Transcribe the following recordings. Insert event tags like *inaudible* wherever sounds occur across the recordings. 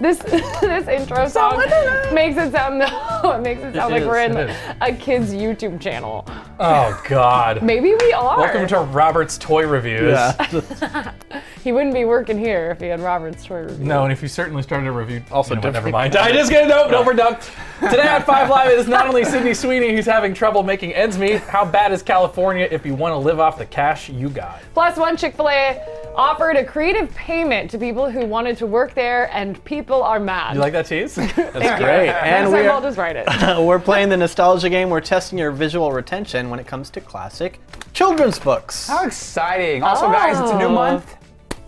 This *laughs* this intro song makes it sound *laughs* no, it makes it sound like is, we're in it is. a kid's YouTube channel. Oh God. Maybe we are. Welcome to Robert's Toy Reviews. he wouldn't be working here if he had Robert's toy review. No, and if you certainly started a review, also different- never mind. I just get nope, nope, we're done. Today on Five Live it is not only Sydney Sweeney who's having trouble making ends meet. How bad is California if you want to live off the cash you got? Plus one Chick-fil-A offered a creative payment to people who wanted to work there, and people are mad. You like that tease? That's *laughs* great. Next And we time I'll are, just write it. we're playing the nostalgia game. We're testing your visual retention when it comes to classic children's books. How exciting. Also, guys, it's a new Oh. month.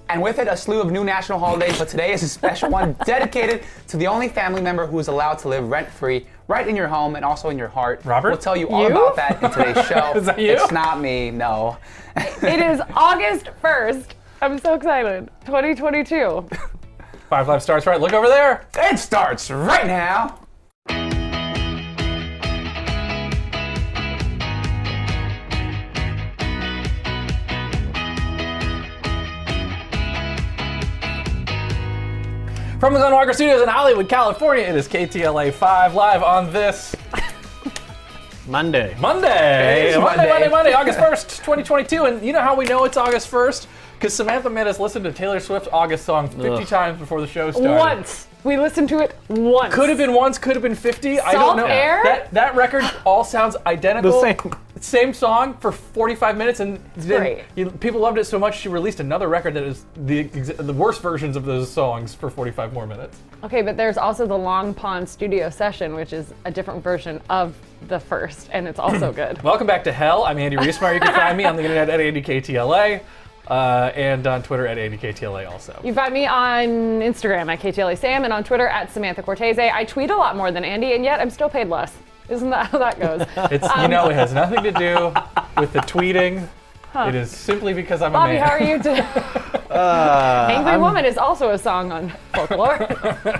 And with it, a slew of new national holidays, but today is a special *laughs* one dedicated to the only family member who is allowed to live rent free right in your home and also in your heart. Robert? We'll tell you all You? about that in *laughs* today's show. Is that you? It's not me, no. it is August 1st. I'm so excited. 2022. Five Live starts right. Look over there. It starts right now. From the Glenwalker Studios in Hollywood, California, it is KTLA 5 live on this Monday. Monday. is Monday, Monday, Monday, Monday. August *laughs* 1st, 2022. And you know how we know it's August 1st? Because Samantha made us listen to Taylor Swift's August song 50 Ugh. times before the show started. Once. We listened to it once. Could have been once, could have been 50. I don't Salt know. air? That, that record all sounds identical. The *laughs* same. Same song for 45 minutes, and then great. you- people loved it so much she released another record that is the ex- the worst versions of those songs for 45 more minutes. Okay, but there's also the Long Pond Studio Session, which is a different version of the first, and it's *clears throat* also good. Welcome back to hell. I'm Andy Reesmeyer. You can find me on the internet at AndyKTLA uh, and on Twitter at AndyKTLA also. You find me on Instagram at KTLA E Sam and on Twitter at Samantha Cortese. I tweet a lot more than Andy, and yet I'm still paid less. Isn't that how that *laughs* goes? It's you Um, know it has nothing to do with the tweeting. It is simply because I'm Bobby, a man. Uh, how are you today? *laughs* Angry Woman is also a song on *laughs* folklore.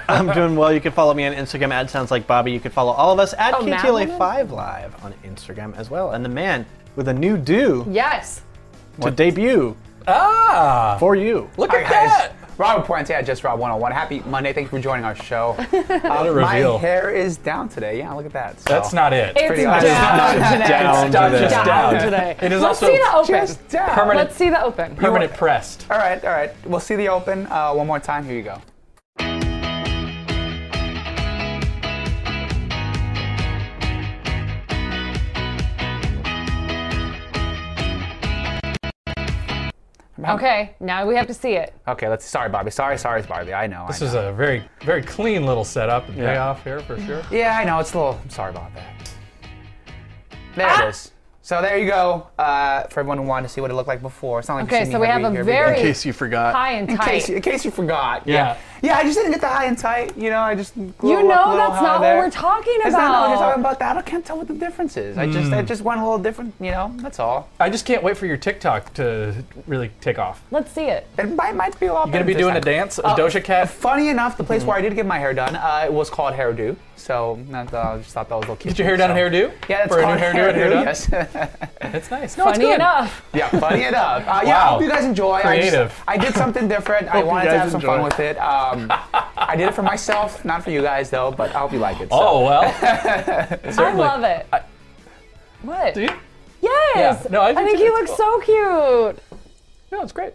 I'm doing well. You can follow me on Instagram at Sounds Like Bobby. You can follow all of us at Oh, Mad Woman? KTLA5Live on Instagram as well. And the man with a new do yes. to debut Ah, for you. look at Hi, guys. that. Robert Puente at Just Rob 101. Happy Monday. Thank you for joining *laughs* our show. What a My reveal. hair is down today. Yeah, look at that. So- That's not it. It's Pretty down, awesome. today. Down It's today. down Down. today. It is Let's also see the open. Just down. Permanent- Let's see the open. Permanent pressed. All right, all right. We'll see the open uh, one more time. Here you go. Okay, now we have to see it. Okay, let's. Sorry, Bobby. Sorry, sorry, Bobby. I know. This I know. is a very, very clean little setup and Yeah. payoff here for sure. yeah, I know. It's a little. I'm sorry about that. There Ah! it is. So there you go. Uh, for everyone who wanted to see what it looked like before. It's not like Okay, Sydney so we have had me a here because- very you forgot. high and *laughs* In case, tight. in case you forgot. Yeah. Yeah, I just didn't get the high and tight. You know, I just. You know that's not what we're talking about. It's not what you're talking about. That I can't tell what the difference is. I just, Mm. I just went a little different. You know, that's all. I just can't wait for your TikTok to really take off. Let's see it. It might, might be a lot. You gonna be doing a dance, Oh. Mm-hmm. a Doja Cat? Funny enough, the place where I did get my hair done, uh, it was called Hairdo. So not- uh, I just thought that was a little cute. Get your hair done, so. and hairdo. Yeah, it's for a called new hairdo, and hairdo. Yes. *laughs* It's nice. No, it's Funny good. enough. yeah, funny enough. Uh, yeah, I Wow. hope you guys enjoy. I just- Creative. I, did something different. I you wanted to guys have some enjoy. fun with it. Um, I did it for myself, not for you guys though. But I hope you like it. so. *laughs* Oh well. I Certainly. love it. what? Do you? Yes. Yeah. No, I do think too. you It's look cool. so cute. No, it's great.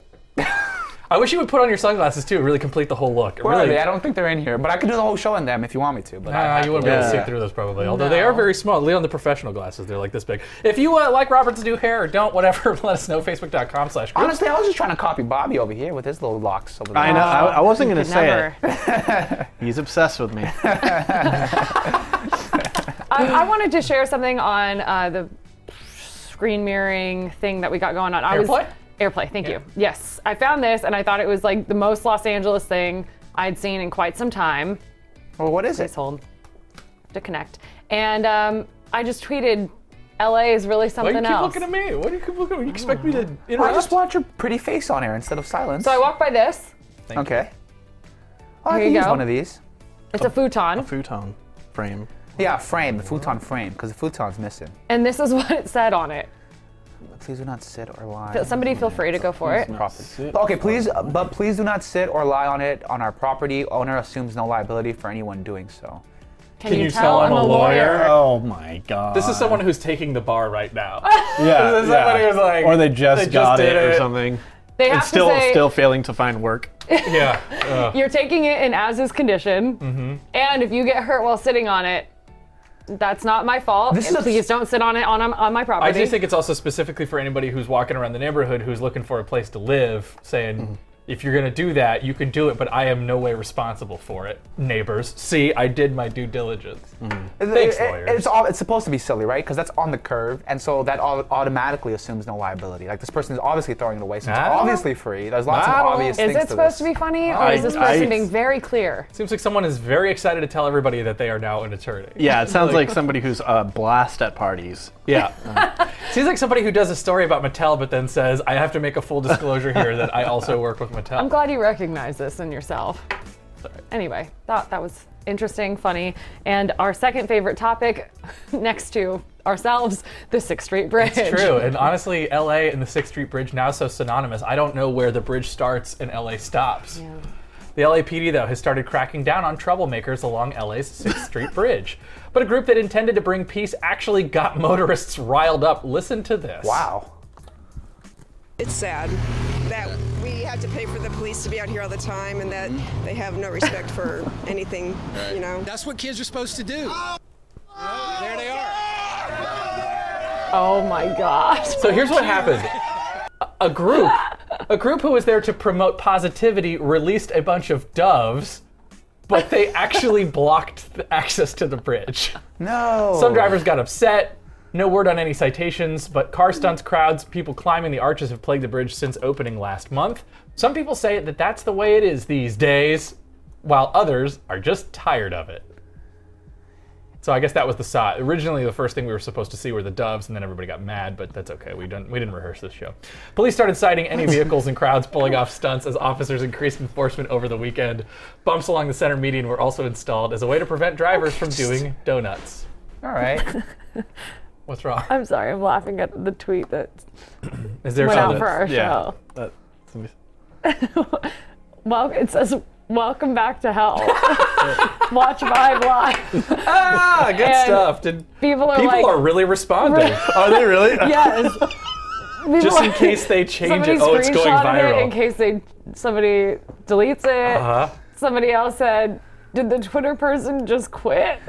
I wish you would put on your sunglasses too. Really complete the whole look. Where are really. they? I don't think they're in here, but I could do the whole show in them if you want me to. But Ah, I, you wouldn't be able to Yeah. see through those probably. Although they are No. very small. Leon, the professional glasses, they're like this big. If you uh, like Robert's new hair or don't, whatever, *laughs* let us know. Facebook.com slash group. Honestly, I was just trying to copy Bobby over here with his little locks over there. I know. I, I wasn't going to say Never. it. He's obsessed *laughs* with me. Um, *laughs* I wanted to share something on uh, the screen mirroring thing that we got going on. I Airplay? Was, Airplay, thank you. Yes, I found this and I thought it was like the most Los Angeles thing I'd seen in quite some time. Well, what is it? Please hold to connect. And um, I just tweeted, LA is really Why something you keep else. looking at me? Why do you keep looking at me? You expect me to I interrupt? just want your pretty face on here instead of silence. so I walked by this. okay. Oh, I Here can you use go. one of these. It's Oh. a futon. Futon frame. *laughs* Yeah, frame, the futon frame, because the futon's missing. And this is what it said on it Please do not sit or lie. Feel- Somebody feel free to go for it. property. Okay, please, but please do not sit or lie on it. On our property, owner assumes no liability for anyone doing so. Can you tell I'm a lawyer? Oh my god. This is someone who's taking the bar right now. yeah, this is yeah. somebody who's like, or they just they just got did it, it. or something. They have It's still to say still failing to find work. yeah. uh, you're taking it in as is condition, Mm-hmm. and if you get hurt while sitting on it, that's not my fault. This and is a- please don't sit on it on, on my I property. just think it's also specifically for anybody who's walking around the neighborhood who's looking for a place to live, saying, if you're going to do that, you can do it, but I am no way responsible for it. Neighbors, see, I did my due diligence. Thanks, It- it- lawyers. It's, all, it's supposed to be silly, right? Because that's on the curve, and so that au- automatically assumes no liability. Like this person is obviously throwing it away, so it's I don't know. obviously free. There's lots of I don't know. obvious is things. it supposed to be funny, or I- is this person I- being very clear? Seems like someone is very excited to tell everybody that they are now an attorney. Yeah, *laughs* it sounds like somebody who's a blast at parties. Yeah. Seems like somebody who does a story about Mattel, but then says, I have to make a full disclosure here that I also work with Mattel. I'm glad you recognize this in yourself. Anyway, thought that was interesting, funny, and our second favorite topic, *laughs* next to ourselves, the Sixth Street Bridge. It's true. And honestly, LA and the 6th Street Bridge now so synonymous. I don't know where the bridge starts and LA stops. Yeah. The LAPD, though, has started cracking down on troublemakers along LA's 6th Street Bridge. But a group that intended to bring peace actually got *laughs* motorists riled up. Listen to this. Wow. It's sad that we have to pay for the police to be out here all the time and that they have no respect for anything, you know. That's what kids are supposed to do. there they are. Oh my gosh. So here's what happened. A- A group, a group who was there to promote positivity, released a bunch of doves, but they actually blocked the access to the bridge. No. Some drivers got upset. No word on any citations, but car stunts, crowds, people climbing the arches have plagued the bridge since opening last month. Some people say that that's the way it is these days, while others are just tired of it. So I guess that was the saw. Originally, the first thing we were supposed to see were the doves, and then everybody got mad. But that's okay. We didn't we didn't rehearse this show. Police started citing *laughs* any vehicles and crowds pulling off stunts as officers increased enforcement over the weekend. Bumps along the center median were also installed as a way to prevent drivers from doing donuts. *laughs* All right. What's wrong? I'm sorry, I'm laughing at the tweet that Is there Uh, went out something? for our Yeah. show. That- somebody- Well, it says, Welcome back to hell. *laughs* Watch Vibe Live. Ah, good And stuff. Did, People are people like, are *laughs* really responding. Are they *laughs* *laughs* really? yes. People Just in are- case they change Somebody it. Oh, it's going screenshotted it in viral. case they somebody deletes it. Uh-huh. Somebody else said, "Did the Twitter person just quit?"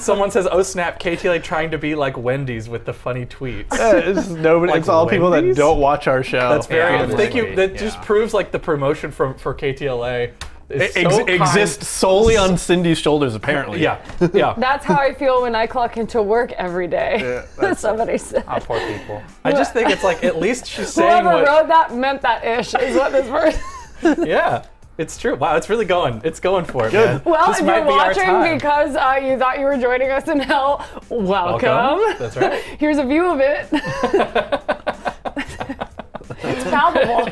Someone says, "Oh snap!" KTLA trying to be like Wendy's with the funny *laughs* tweets. Yeah, it's *laughs* nobody. Like it's all people that Wendy's? don't watch our show. That's very. Yeah, Thank you. Wendy, That just yeah. proves like the promotion from for KTLA. Is It ex- so kind. exists solely on Cindy's shoulders, apparently. Yeah, *laughs* yeah. That's how I feel when I clock into work every day. *laughs* somebody said. Oh, poor people. I just think *laughs* it's like at least she's saying Whoever what. wrote that meant that ish is what this person. Yeah, it's true. Wow, it's really going. It's going for it. man. Well, This if might you're be our watching time. because uh, you thought you were joining us in hell, welcome. Welcome. That's right. *laughs* Here's a view of *laughs* it. it's palpable.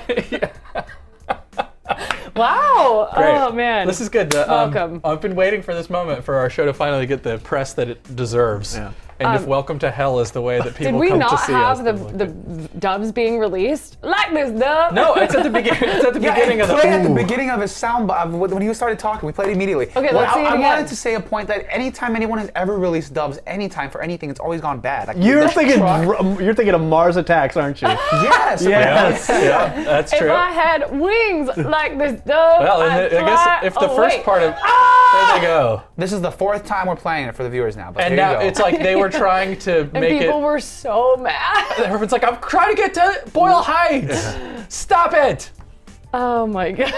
Wow. Great. Oh man. this is good. The, um, Welcome. I've been waiting for this moment for our show to finally get the press that it deserves. Yeah. And if "Welcome to Hell" is the way that Um, people Did we come to not see us, have the, then like the it. doves being released? Like this dove. no, it's at the beginning. *laughs* It's at the Yeah, beginning it of the. played at the Ooh. beginning of his sound, but when he started talking, we played immediately. Okay, Well, let's I, see it I again. wanted to say a point that anytime anyone has ever released dubs, anytime for anything, it's always gone bad. Like, You're that thinking. truck- dr- um, You're thinking of Mars Attacks, aren't you? *laughs* Yes. Yes. yeah, that's If true. I had wings like this dove, well, I'd and I fly guess if the away. first part of there they go, This is the fourth time we're playing it for the viewers now. But and here you now go. it's like they were trying *laughs* to And make people it. were so mad. *laughs* Everyone's like, I'm trying to get to Boyle *laughs* Heights. Stop it. Oh my gosh.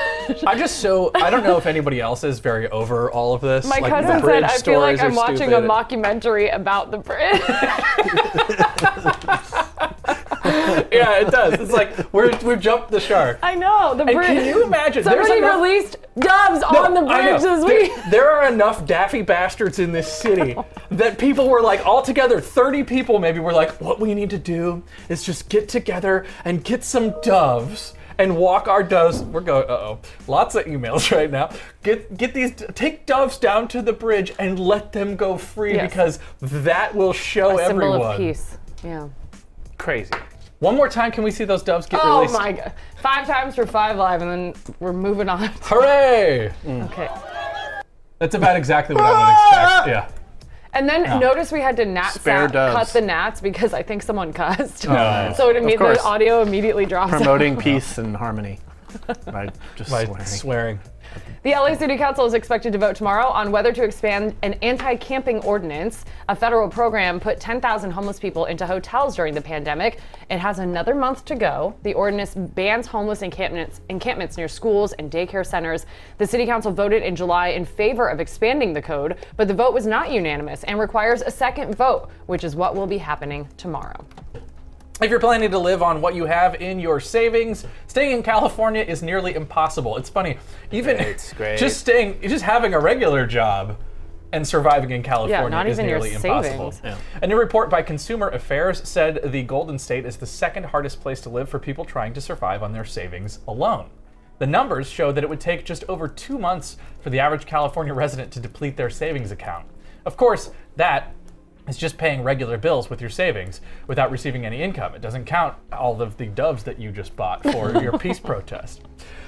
I'm just so I don't know if anybody else is very over all of this. My Like, the cousin bridge said, I feel like stories are I'm watching stupid. a mockumentary about the bridge. *laughs* Yeah, it does. It's like we're we've jumped the *laughs* shark. I know, the And bridge. can you imagine? There's Somebody enough- released doves on the I bridge know. this There- week. There, are enough daffy bastards in this *laughs* city that people were like, all together, 30 people maybe were like, what we need to do is just get together and get some doves and walk our doves. We're going, uh oh, lots of emails *laughs* right now. Get get these, take doves down to the bridge and let them go free Yes. because that will show Symbol Oh, everyone. of peace. Yeah. Crazy. One more time, can we see those doves get Oh released? my god. Five times for five live, and then we're moving on. *laughs* Hooray! Okay. That's about exactly what Ah! I would expect. And then notice we had to gnat Spare sound- doves. cut the gnats because I think someone cussed. Yeah. so it imme- the course. audio immediately drops. out. Promoting peace and harmony. By just By swearing. swearing. The LA City Council is expected to vote tomorrow on whether to expand an anti camping ordinance. A federal program put 10,000 homeless people into hotels during the pandemic. It has another month to go. The ordinance bans homeless encampments, encampments near schools and daycare centers. The City Council voted in July in favor of expanding the code, but the vote was not unanimous and requires a second vote, which is what will be happening tomorrow. If you're planning to live on what you have in your savings, staying in California is nearly impossible. It's funny, even It's great. just staying, just having a regular job and surviving in California not is even your nearly impossible. savings. A new report by Consumer Affairs said the Golden State is the second hardest place to live for people trying to survive on their savings alone. The numbers show that it would take just over two months for the average California resident to deplete their savings account. Of course, that is just paying regular bills with your savings without receiving any income. It doesn't count all of the doves that you just bought for your peace protest.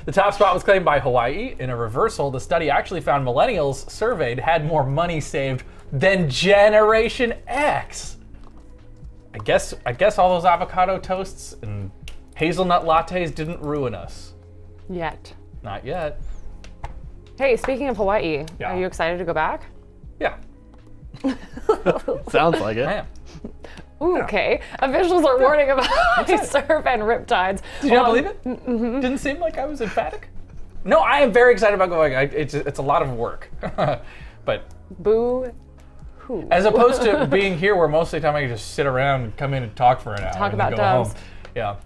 The top spot was claimed by Hawaii. In a reversal, the study actually found millennials surveyed had more money saved than Generation X. I guess I guess all those avocado toasts and hazelnut lattes didn't ruin us. Yet. Not yet. Hey, speaking of Hawaii, Yeah. are you excited to go back? Yeah, Sounds like I it. am. Ooh, okay. Officials are warning *laughs* about surf and riptides. Did you not believe it? mm-hmm. Didn't seem like I was emphatic. No, I am very excited about going. I, it's, it's a lot of work, *laughs* but Boo. as *laughs* opposed to being here, where most of the time I can just sit around and come in and talk for an hour. Talk and about then go doves. Home. Yeah.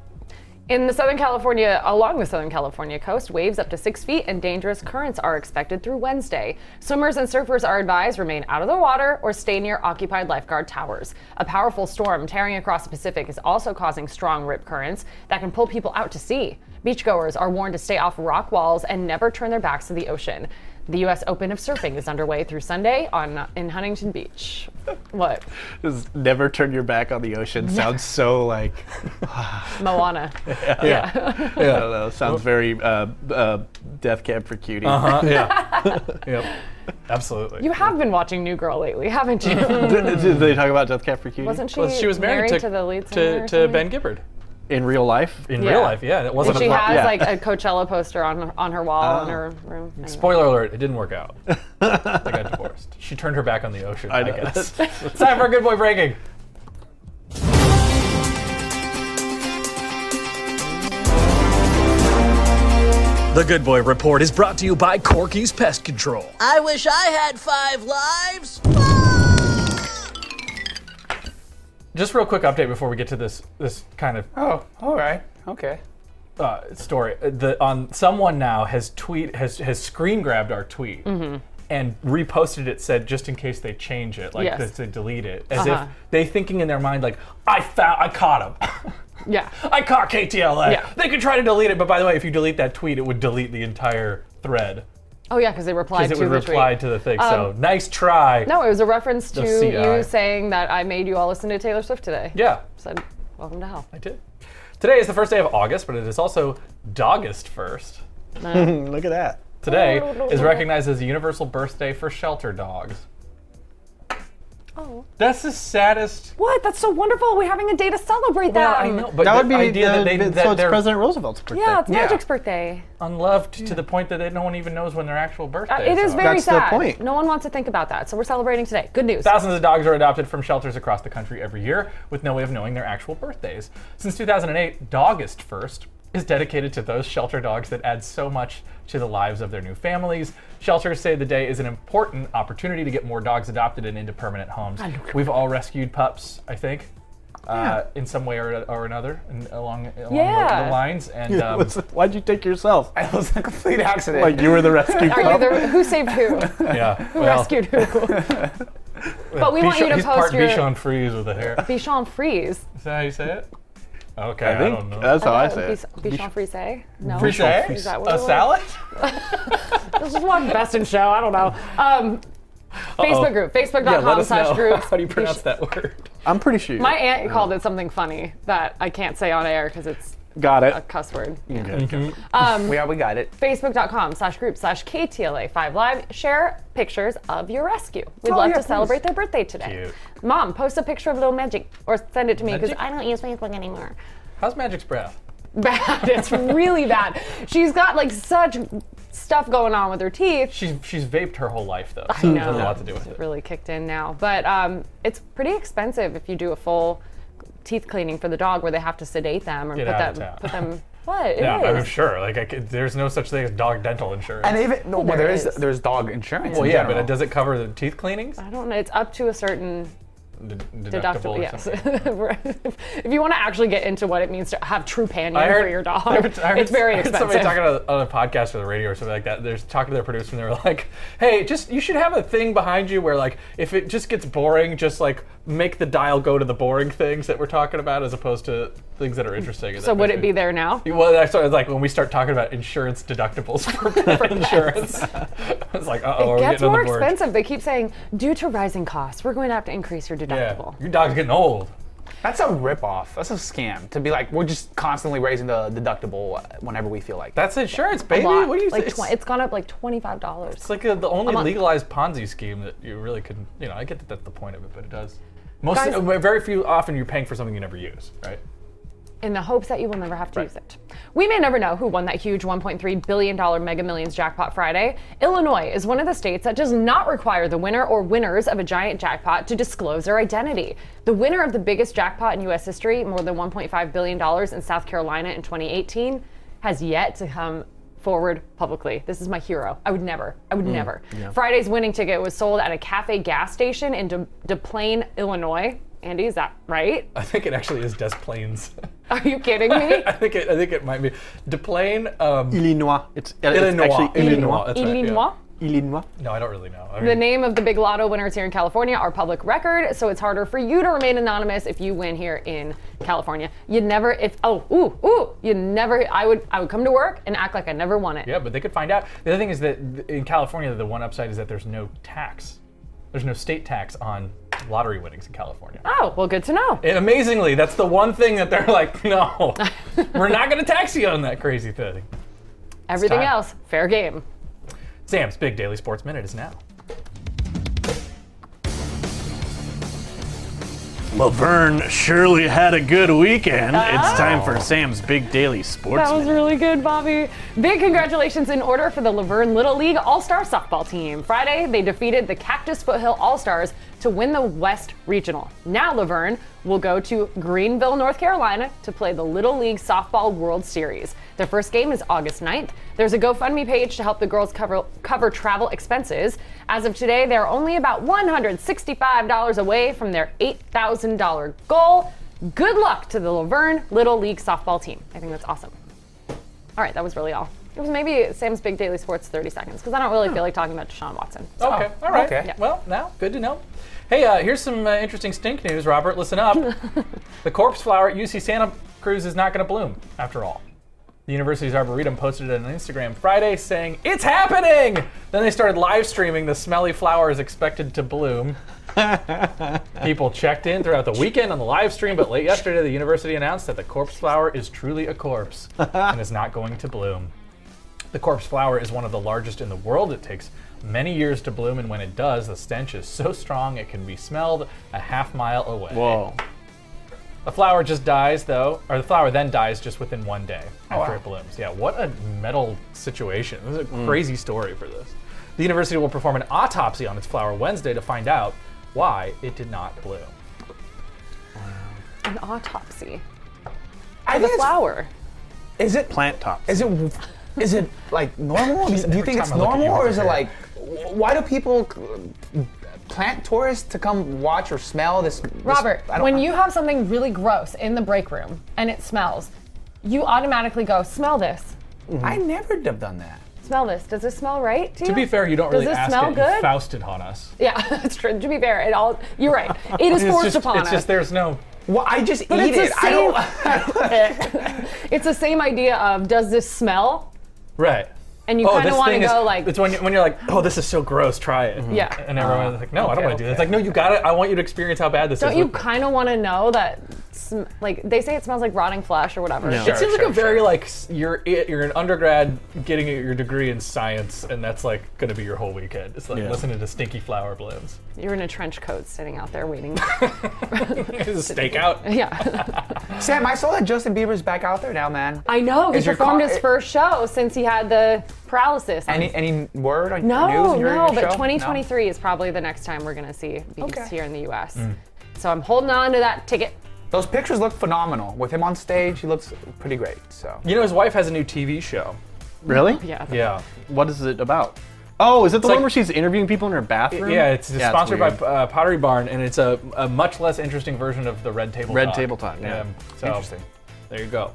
In the Southern California, along the Southern California coast, waves up to six feet and dangerous currents are expected through Wednesday. Swimmers and surfers are advised remain out of the water or stay near occupied lifeguard towers. A powerful storm tearing across the Pacific is also causing strong rip currents that can pull people out to sea. Beachgoers are warned to stay off rock walls and never turn their backs to the ocean. The U.S. Open of Surfing is underway through Sunday on in Huntington Beach. What? Just never turn your back on the ocean. Sounds so like Moana. I don't know. Sounds very uh, uh, death cab for cutie. Uh-huh, yeah. *laughs* yep. Absolutely. You have been watching New Girl lately, haven't you? Did, did *laughs* they talk about death cab for cutie Wasn't she, Well, she was married, to, the lead singer? or to, to something? Ben Gibbard in real life? in Yeah. real life. Yeah, and it wasn't. She a, has yeah. like a Coachella poster on on her wall in her room. Anyway. Spoiler alert: It didn't work *laughs* out. they got divorced. She turned her back on the ocean. I, know. guess. *laughs* it's time for a good boy breaking. The Good Boy Report is brought to you by Corky's Pest Control. I wish I had five lives. Just real quick update before we get to this this kind of *laughs* Oh, all right. Okay. *laughs* uh, story. Uh, The on someone now has tweet has has screen grabbed our tweet. Mm-hmm. And reposted it said just in case they change it, like Yes. just to delete it, as Uh-huh. if they thinking in their mind like I found, I caught him. Yeah. *laughs* I caught KTLA. Yeah. They could try to delete it, but by the way, if you delete that tweet, it would delete the entire thread Oh yeah, because they replied because to it would the reply tweet. Um, to the thing. so nice try. No, it was a reference to CI. you saying that I made you all listen to Taylor Swift today. Yeah, Said, welcome to hell. I did. Today is the first day of August, but it is also Dogust first. Look at that. Oh, Today is recognized as a universal birthday for shelter dogs. Oh. That's the saddest. What? That's so wonderful. We're having a day to celebrate Well, that. I know, but That the would be idea the, that they the- that so it's they're President Roosevelt's birthday. Yeah, it's Yeah. Magic's birthday. unloved to the point that they, no one even knows when their actual birthday. Uh, it is very That's the sad. point. No one wants to think about that, so we're celebrating today. Good news. Thousands of dogs are adopted from shelters across the country every year with no way of knowing their actual birthdays. Since 2008, Dogist First is dedicated to those shelter dogs that add so much to the lives of their new families. Shelters say the day is an important opportunity to get more dogs adopted and into permanent homes. We've all rescued pups, I think. Uh, in some way or, or another, and along, along the, Yeah. the lines, and um, What's- *laughs* Why'd you take yourself? It was a complete accident. Like you were the rescue Are you pup. the, who saved *laughs* who? yeah, Who rescued *laughs* who? but we want you Bichon- to he's part post your Bichon Frise with the hair. Bichon Freeze. Is that how you say it? Okay, Oh, I I, think uh, don't know. that's how Uh, I say it. Bichon, Bichon Frise? No. Frise? Is that what it a was? salad? This is one best in show. I don't know. Um, Facebook group, Yeah, let facebook.com us slash know. *laughs* group. How do you sh- pronounce that word? I'm pretty sure. My aunt called it something funny that I can't say on air because it's Got a it. cuss word. Mm-hmm. We are. We got it. Facebook.com slash group slash KTLA5 Live. Share pictures of your rescue. We'd love yeah, to please. celebrate their birthday today. Cute. Mom, post a picture of Little Magic or send it to me because Magic? I don't use Facebook anymore. How's Magic's breath? *laughs* Bad. It's really bad. She's got like such stuff going on with her teeth. She's she's vaped her whole life though. So it has a know. lot to do with it. really kicked in now. But um, it's pretty expensive if you do a full teeth cleaning for the dog, where they have to sedate them or Get put out of them. town. Put them. *laughs* What It Yeah, is. I'm sure. Like I could, there's no such thing as dog dental insurance. And even no, well, There there is is. there's dog insurance. well, in yeah, but general. it does it cover the teeth cleanings? I don't know. It's up to a certain The deductible. Uh, deductible. or Yes. something. *laughs* if you want to actually get into what it means to have true panning I for heard- your dog, I heard- I heard- it's very I heard expensive. *laughs* Somebody talking on a, on a podcast or the radio or something like that. They're talking to their producer and they were like, "Hey, just you should have a thing behind you where like if it just gets boring, just like make the dial go to the boring things that we're talking about as opposed to things that are interesting." and so that would makes it me- be there now? Well, that's what it's like when we start talking about insurance deductibles for *laughs* pet insurance. it's like, uh oh, it we're gets getting on more the board. expensive. They keep saying, due to rising costs, we're going to have to increase your Yeah, deductible. your dog's getting old. That's a ripoff. That's a scam. To be like, we're just constantly raising the deductible whenever we feel like. That's insurance, baby. A lot. What do you like think? twen- it's gone up like twenty five dollars. It's like uh the only month. legalized Ponzi scheme that you really could, you know, I get that that's the point of it, but it does. Most, Guys- uh, very few, often you're paying for something you never use, right? *laughs* in the hopes that you will never have to use it. We may never know who won that huge $1.3 billion Mega Millions jackpot Friday. Illinois is one of the states that does not require the winner or winners of a giant jackpot to disclose their identity. The winner of the biggest jackpot in U.S. history, more than $1.5 billion in South Carolina in 2018, has yet to come forward publicly. This is my hero. I would never. I would never. Friday's winning ticket was sold at a cafe gas station in De- DePlain, Illinois. Andy, is that *laughs* right? I think it actually is Des Plaines. *laughs* Are you kidding me? I think it, I think it might be Deplain, um, Illinois. It's, it's Illinois. actually Illinois. That's right, yeah. Illinois. Illinois. No, I don't really know. I The mean, name of the big lotto winners here in California are public record, so it's harder for you to remain anonymous if you win here in California. You never, if oh ooh ooh, you never. I would I would come to work and act like I never won it. yeah, but they could find out. The other thing is that th- in California, the one upside is that there's no tax. There's no state tax on lottery winnings in California. Oh well, good to know. And amazingly, that's the one thing that they're like, *laughs* no, we're not going to tax you on that crazy thing. Everything time. else, fair game. Sam's Big Daily Sports Minute is now. Laverne surely had a good weekend. It's time for Sam's Big Daily Sports. Uh, That was really good, Bobby. Big congratulations in order for the Laverne Little League All Star Softball Team. Friday, they defeated the Cactus Foothill All Stars to win the West Regional. Now, Laverne will go to Greenville, North Carolina to play the Little League Softball World Series. Their first game is August 9th. There's a GoFundMe page to help the girls cover, cover travel expenses. As of today, they're only about $165 away from their $8,000 goal. Good luck to the Laverne Little League softball team. I think that's awesome. All right, that was really all. It was maybe Sam's Big Daily Sports 30 seconds because I don't really feel like talking about Deshaun Watson. So Oh. Okay. All right. okay. Yeah. Well, now, good to know. Hey, uh, here's some uh, interesting stink news, Robert. Listen up. the corpse flower at UC Santa Cruz is not going to bloom, after all. The university's Arboretum posted it on Instagram Friday saying, It's happening! Then they started live streaming the smelly flower is expected to bloom. People checked in throughout the weekend on the live stream, but late yesterday, the university announced that the corpse flower is truly a corpse and is not going to bloom. The corpse flower is one of the largest in the world. It takes many years to bloom, and when it does, the stench is so strong it can be smelled a half mile away. Whoa. The flower just dies, though, or the flower then dies just within one day Oh, after it blooms. Yeah, what a metal situation. This is a crazy story for this. The university will perform an autopsy on its flower Wednesday to find out why it did not bloom. Oh, an autopsy. I The think it's- flower. Is it Plant tops. Is it is it like normal? do, you- do you every think it's time I look at you, normal, or I'm is it prepared. like wh- why do people uh, plant tourists to come watch or smell this? this- Robert, I don't- when you have something really gross in the break room and it smells, you automatically go, smell this. I never would have done that. Smell this. Does this smell right to you? To be fair, you don't really Does this ask smell it. You good? Fausted on us. yeah, *laughs* that's true. To be fair, it all, you're *laughs* right. It is It's forced just, upon it's us. just there's no. Well, I just But eat it's the it. I don't. *laughs* it's the same idea of, does this smell? Right. and you oh, kind this of want to thing is. go like, it's when, you- when you're like, oh, this is so gross. Try it. Yeah. And everyone's like, no, I don't okay, want to do that. It's like, okay. no, you got it. I want you to experience how bad this don't is. you with- kind of want to know that? Sm- like they say, it smells like rotting flesh or whatever. It seems like sure, a very like s- you're i- you're an undergrad getting your degree in science, and that's like gonna be your whole weekend. It's like listening to Stinky Flower Blooms. You're in a trench coat, sitting out there waiting. *laughs* It's a stakeout. yeah, Sam, I saw that Justin Bieber's back out there now, man. I know. He Is your performed car- his first show since he had the paralysis. on Any any word on No, news? no, Mm. but 2023 is probably the next time we're going to see these Okay. here in the US. So I'm holding on to that ticket. Those pictures look phenomenal. With him on stage, he looks pretty great. So You know, his wife has a new TV show. Really? Yeah. Yeah, What is it about? Oh, is it the one like- where she's interviewing people in her bathroom? Mm-hmm. yeah. It's sponsored by weird. uh, Pottery Barn, and it's a, a much less interesting version of the Red Table Red Talk. Table Talk, yeah. so Interesting. There you go.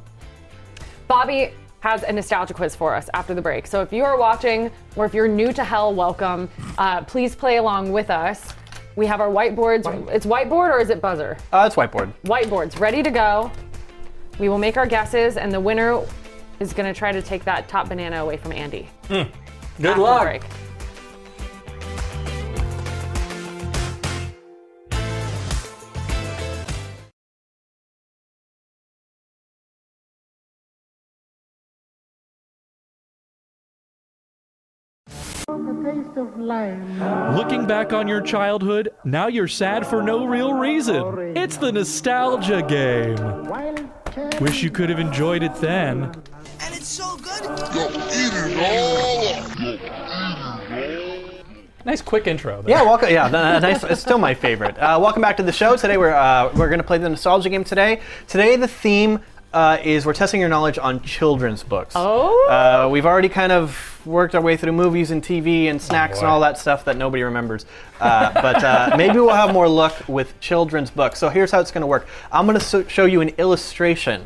Bobby has a nostalgia quiz for us after the break. So if you are watching or if you're new to Hell, welcome. Uh, please play along with us. We have our whiteboards. It's whiteboard or is it buzzer? Uh, it's whiteboard. Whiteboards ready to go. We will make our guesses, and the winner is going to try to take that top banana away from Andy. Good after the luck. break. Looking back on your childhood, now you're sad for no real reason. It's the nostalgia game. Wish you could have enjoyed it then. And it's so good. Nice quick intro. There. Yeah, welcome. Yeah, no, no, nice. It's still my favorite. Uh, welcome back to the show. Today we're uh, we're gonna play the nostalgia game. Today, today the theme uh, is we're testing your knowledge on children's books. Oh. Uh, we've already kind of worked our way through movies and TV Oh, and snacks and boy. all that stuff that nobody remembers. Uh, but uh, maybe we'll have more luck with children's books. So here's how it's gonna work. I'm gonna so- show you an illustration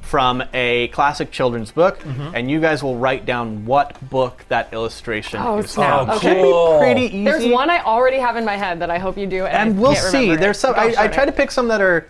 from a classic children's book, Mm-hmm. and you guys will write down what book that illustration Oh, is. snap. Oh, okay. cool. Pretty easy. There's one I already have in my head that I hope you do, and, and I we'll can't see. remember it. There's some. Gosh I, I darn try it. to pick some that are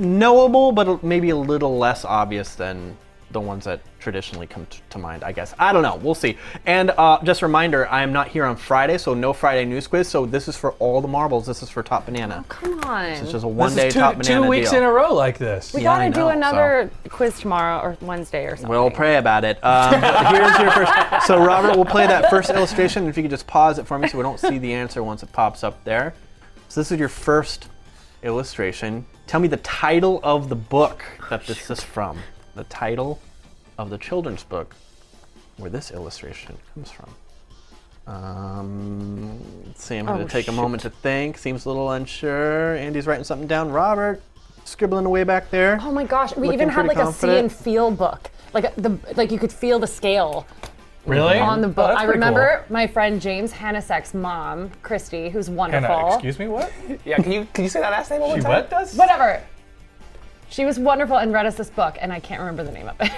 knowable, but maybe a little less obvious than the ones that traditionally come t- to mind. I guess I don't know. We'll see. And uh, just a reminder, I am not here on Friday, so no Friday news quiz. So this is for all the marbles. This is for Top Banana. Come on. This is a This is one-day two, Top Banana two weeks deal. in a row like this. we Yeah, gotta I do know, another quiz tomorrow or Wednesday or something. We'll pray about it. Um, *laughs* but here's your first. So Robert, we'll play that first illustration. If you could just pause it for me, so we don't see the answer once it pops up there. So this is your first illustration. Tell me the title of the book that this is from. The title of the children's book where this illustration comes from. Um, let's see, I'm gonna Oh, take shoot. a moment to think. Seems a little unsure. Andy's writing something down. Robert scribbling away back there. Oh my gosh, we Looking even had pretty like a see and confident. feel book. Like a- the like you could feel the scale really? on the book. Oh, that's I pretty remember my friend James Hanasek's mom, Christy, who's Cool. wonderful. Hannah, excuse me, what? yeah, can you can you say that last name one more She time? what does? Whatever. She was wonderful and read us this book, and I can't remember the name of it.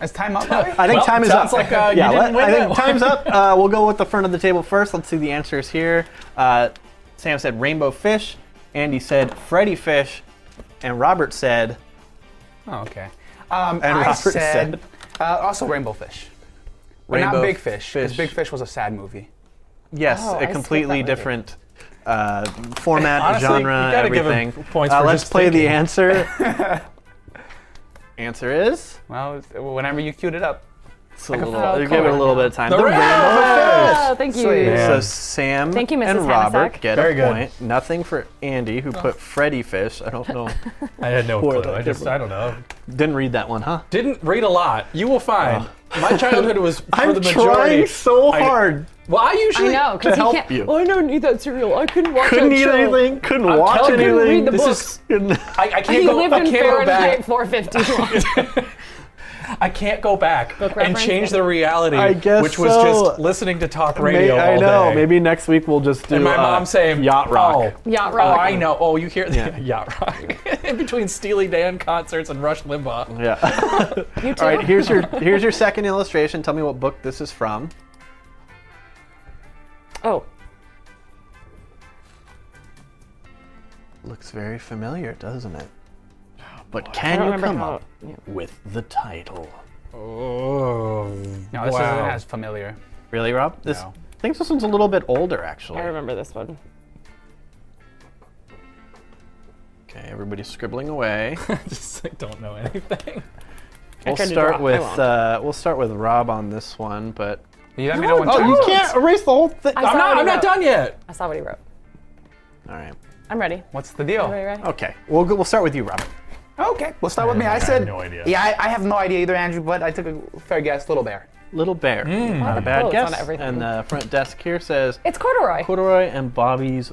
Is time up? Bobby? I think Well, time is sounds up. like, uh, you yeah, didn't let- win I that think one. time's up. Uh, we'll go with the front of the table first. Let's see the answers here. Uh, Sam said rainbow fish. Andy said Freddy fish, and Robert said oh, okay. Um, and I Robert said said, uh, also Rainbow Fish, but rainbow not Big Fish, because Big Fish was a sad movie. Yes, Oh, I a skipped completely that movie. different uh, format, Honestly, genre, you gotta give everything. him points uh, for let's just play the thinking. answer. answer is Well, it's- whenever you queued it up, it's a little, Oh, you give it a cool. little bit of time. The rainbow Oh, thank you. So Sam Thank you, Mrs. and Robert Hanasak. get Very a good. point. Nothing for Andy, who put Freddy Fish. I don't know. I had no Boy, clue. I that just, different. I don't know. Didn't read that one, huh? Didn't read a lot. You will find. My childhood was for *laughs* I'm the majority. trying so I- hard. Well, I I usually know, To because he help can't. you. Oh, I don't need that cereal. I couldn't watch couldn't that eat show. anything. Couldn't I'm watch telling you, anything. read the this book. *laughs* is- I, I can't He go. lived I in can't go Fahrenheit back. 451. I can't go back and reference. change the reality, I guess which was so. just listening to talk May- radio I all know. day. Maybe next week we'll just do. And my uh, mom saying yacht rock. Oh, Yacht Oh, Rock. I know. Oh, you hear *laughs* Yeah. yacht rock in between Steely Dan concerts and Rush Limbaugh. Yeah. *laughs* you too. All right. Here's your here's your second illustration. Tell me what book this is from. oh, Looks very familiar, doesn't it? But I can don't you remember come how. up with the title? Oh. No, this Wow. isn't as familiar. Really, Rob? This, No. I think this one's a little bit older, actually. I remember this one. Okay, everybody's scribbling away. *laughs* Just like, don't know anything. we'll tried to start draw. I with won't. uh, we'll start with Rob on this one, but You let me know when. oh, to- you can't erase the whole thing. saw I'm not. it Oh, I'm not up. done yet. *laughs* I saw what he wrote. All right. I'm ready. What's the deal? Ready, ready? Okay, we'll go, we'll start with you, Rob. Okay, well, start with me. I, have said no idea. Yeah, I, I have no idea either, Andrew. But I took a fair guess. Little bear. Little Bear, Hmm. not a Oh, bad it's guess. on everything. And the front desk here says It's corduroy. corduroy and Bobby's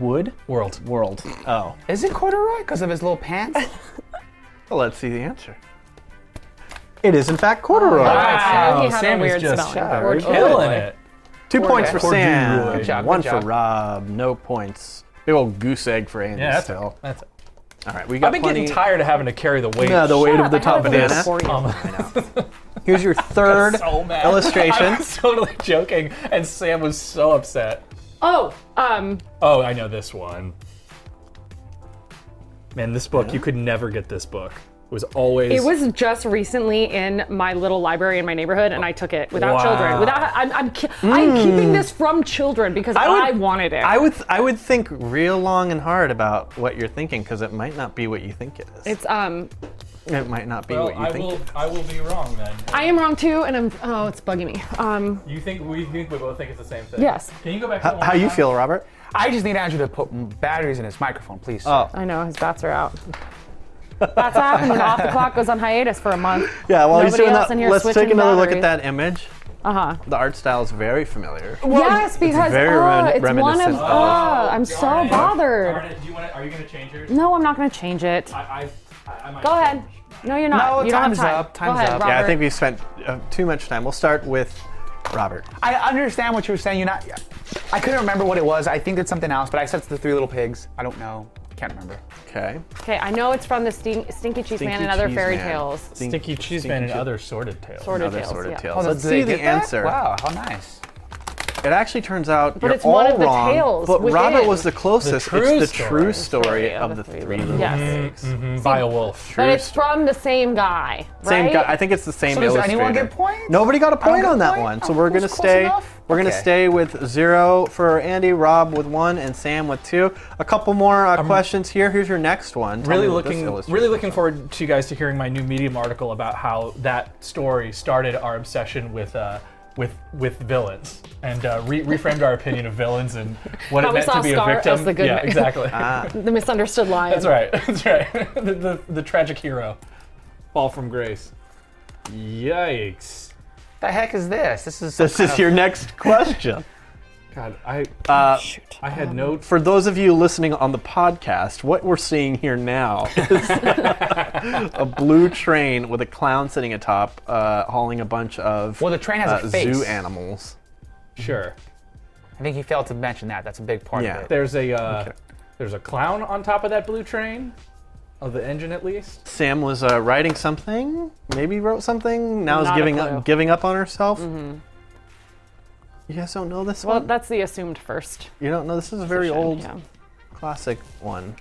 wood World. world. Oh, Is it corduroy because of his little pants? well, let's see the answer. It is in fact corduroy. Wow. He had a Sam is weird just spelling. we're We're killing it. Two points for guy. Sam. Corduroy. Good job, One good for job. Rob. No points. Big old goose egg for Andy. Yeah, that's still. That's All right, we got I've been plenty. getting tired of having to carry the weight. Yeah, the weight of the I had top it written banana. for you. *laughs* Here's your third so mad. *laughs* *laughs* I illustration. was totally joking, and Sam was so upset. Oh, um, Oh, I know this one. Man, this book, you could never get this book. It was always. it was just recently in my little library in my neighborhood, and I took it without Wow. children. Without, I'm, I'm, ki- I'm keeping this from children because I, wanted it. I would, I would think real long and hard about what you're thinking because it might not be what you think it is. it's um, it might not be Well, what you I think. will. I will be wrong then. I am wrong too, and I'm. Oh, it's bugging me. Um, You think we think we both think it's the same thing? Yes. Can you go back? How, how you feel, Robert? I just need Andrew to put m- batteries in his microphone, please. sir. Oh. I know his bats are out. Bats out, and then off the clock goes on hiatus for a month. Yeah, while Nobody he's doing else that, in here let's take switching another look at batteries. that image. Uh huh. The art style is very familiar. yes, because very oh, remin- it's one of. reminiscent Oh, of- I'm so bothered. Do you want Are you going to change yours? No, I'm not gonna change it. I, I, I might Go ahead. No, you're not. No, you don't time's have time. up, Go time's ahead, up. Robert. Yeah, I think we spent uh, too much time. We'll start with Robert. I understand what you were saying. You're not. I couldn't remember what it was. I think it's something else, but I said it's the Three Little Pigs. I don't know. Can't remember. Okay. Okay, I know it's from the Stin- Stinky Cheese Man and other fairy tales. Sticky cheese man and other sorted tales. Sort of Other tales. sort of yeah. tales. Let's Did they see the get that? answer. Wow, how nice. It actually turns out you're it's all one of the wrong. tales but Robert within was the closest. The true it's the true story. story of the three little Yes. pigs. Mm, By a wolf. But it's True from the same guy, right? Same guy. I think it's the same So does illustrator. anyone get points? Nobody got a I don't point get on that point? one. So Oh, we're that's gonna close stay. enough. We're gonna Okay. stay with zero for Andy, Rob with one, and Sam with two. A couple more uh, questions here. Here's your next one. Tell really me what this looking illustrates. really looking forward to you guys to hearing my new medium article about how that story started our obsession with uh, with with villains and uh, re- reframed our opinion of villains and what How it we meant saw to be Scar a victim. as the good yeah, man. exactly. Ah. The misunderstood lion. *laughs* That's right. *laughs* That's right. the, the the tragic hero, fall from grace. Yikes! The heck is this? This is. This is your next *laughs* question. God, I Uh, I had Um, no. for those of you listening on the podcast, what we're seeing here now *laughs* is a blue train with a clown sitting atop, uh, hauling a bunch of Well, the train has uh, a face. zoo animals. Sure. I think he failed to mention that. That's a big part Yeah. of it. There's a uh, Okay. there's a clown on top of that blue train, of the engine at least. Sam was uh, writing something, maybe wrote something. Now is Not a giving clue. Mm-hmm. up, giving up on herself. You guys don't know this Well, one. that's the assumed first. you don't know this is a very version, old, yeah. classic one.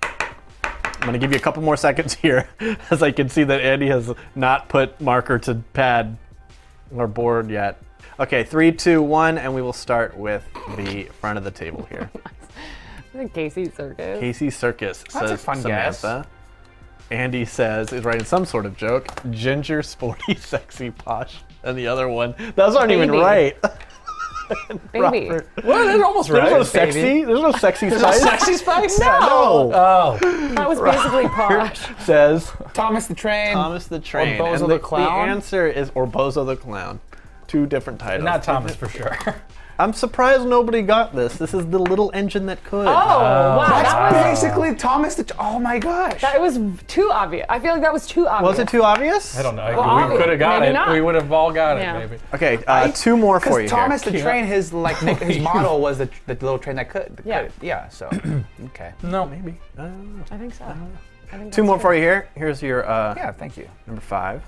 I'm gonna give you a couple more seconds *laughs* here, as I can see that Andy has not put marker to pad or board yet. Okay, three, two, one, and we will start with the front of the table *laughs* here. I think Casey Circus. Casey Circus says a fun guess. Samantha. Andy says is writing some sort of joke. Ginger, sporty, *laughs* sexy, posh, and the other one. Those aren't even Baby. right. *laughs* Baby. Robert. Well, that's almost There's no right. sexy. There's no sexy There's *laughs* Sexy spikes. *laughs* No. Uh, Oh. That was basically posh. says Thomas the Train. Thomas the Train. Bozo and the Clown? The answer is or Bozo the Clown. Two different titles. Not Thomas for sure. I'm surprised nobody got this. This is the little engine that could. Oh, wow. That's That was, basically Thomas the. Oh my gosh. that was too obvious. I feel like that was too obvious. Was it too obvious? I don't know. we obvi- could have got maybe it. not. We would have all got Yeah. it, maybe. Okay, uh, two more for you Because here. Thomas the Train, his like nick- his model was the, the little train that could. Yeah. could- yeah. So. okay. No, maybe. Maybe. I don't know. I think so. I think Two that's more good. for you here. Here's your uh, Yeah. Thank you. number five.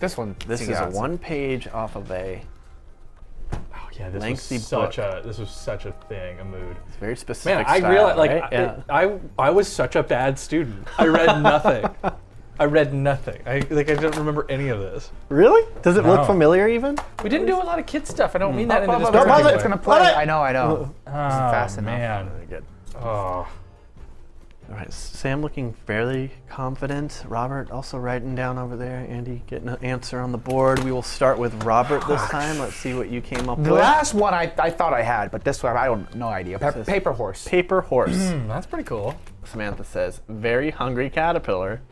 This one. This is a one page off of a Oh, yeah, this Lengthy was such book. a this was such a thing, a mood. very Man, specific I style, realized like right? *laughs* I, I I was such a bad student. I read nothing. I read nothing. I like I don't remember any of this. Really? Does it No. look familiar even? We didn't do a lot of kid stuff. I don't mean that in Blah, this blah, blah, particular It's gonna play. Let it- I know, I know. Oh, fast enough. man. Good. Oh. All right, Sam looking fairly confident. Robert also writing down over there. Andy getting an answer on the board. We will start with Robert this time. Let's see what you came up The with. last one I, I thought I had, but this one I don't no idea. Pa- paper horse. Paper horse. Hmm, that's pretty cool. Samantha says, very hungry caterpillar.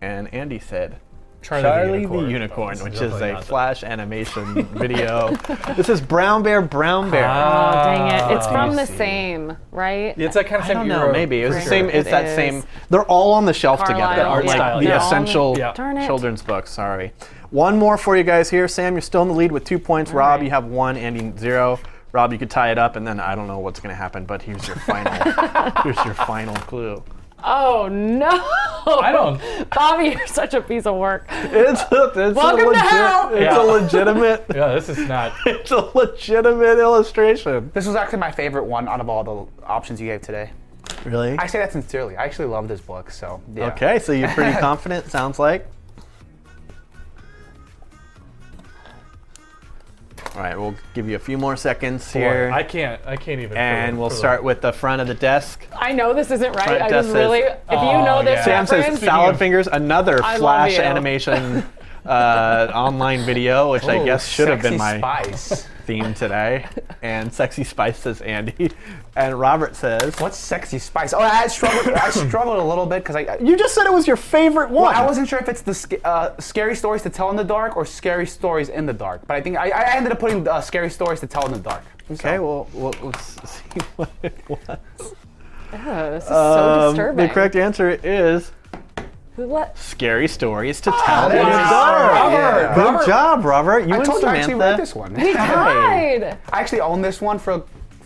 And Andy said, Charlie, Charlie the Unicorn, which is a flash animation *laughs* video. this is Brown Bear, Brown Bear. Ah. Oh, dang it. It's from the see. same, right? It's that kind of I same don't know, Euro- maybe. It was the Right. same, it's It that is. same, they're all on the shelf Carlisle, together. The art yeah. like style, the yeah. essential Yeah. Darn it. children's books, sorry. One more for you guys here. Sam, you're still in the lead with two points. Rob, you have one. Andy, zero. Rob, you could tie it up, and then I don't know what's going to happen, but here's your final, *laughs* here's your final clue. Oh, no. I don't. Bobby, you're such a piece of work. It's a, it's a Welcome to legit- hell. It's Yeah. a legitimate. *laughs* Yeah, this is not. It's a legitimate illustration. This was actually my favorite one out of all the options you gave today. Really? I say that sincerely. I actually love this book, so yeah. Okay, so *laughs* you're pretty confident. Sounds like. All right, we'll give you a few more seconds here, I can't. I can't even. and we'll start with the front of the desk. I know this isn't right. Right, I Des just says- really, if you know Oh, this, yeah. Sam says reference- Oh, salad fingers, another I love flash you. *laughs* animation uh, online video, which I Ooh, guess should have been Oh, sexy my spice. theme today. And sexy spice says Andy, and Robert says. What's sexy spice? Oh, I *coughs* struggled. I struggled a little bit because I. I- You just said it was your favorite one. I wasn't sure if it's the sc- uh, scary stories to tell in the dark or scary stories in the dark, but I think I, I ended up putting uh, scary stories to tell in the dark. Okay, well, we'll, we'll s- see what it was. Oh, this is so Um, disturbing. the correct answer is Who let? scary stories to tell. in the is dark. so- Good yeah. Robert. job, Robert. You I and told you Samantha. I actually read this *laughs* one. *laughs* Hide. I actually owned this one for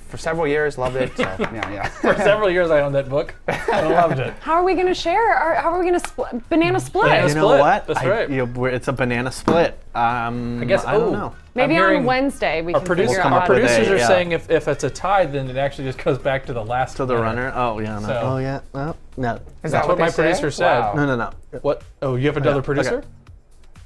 for several years. Loved it. So, yeah, *laughs* yeah. For *laughs* several years, I owned that book. *laughs* I loved it. How are we gonna share? Or how are we gonna split? Banana split. Banana You know Split. what? That's I- right. you- we're- it's a banana split. Um, I guess- I don't oh. know. Maybe I'm on hearing Wednesday we can Our, producer- figure come out our how to- with producers a- are yeah. saying if, if it's a tie, then it actually just goes back to the last. To the runner. Oh yeah. No. So- Oh yeah. No. No. That's Is that what they my say? producer said. Wow. No. No. No. What? Oh, you have another producer? Okay.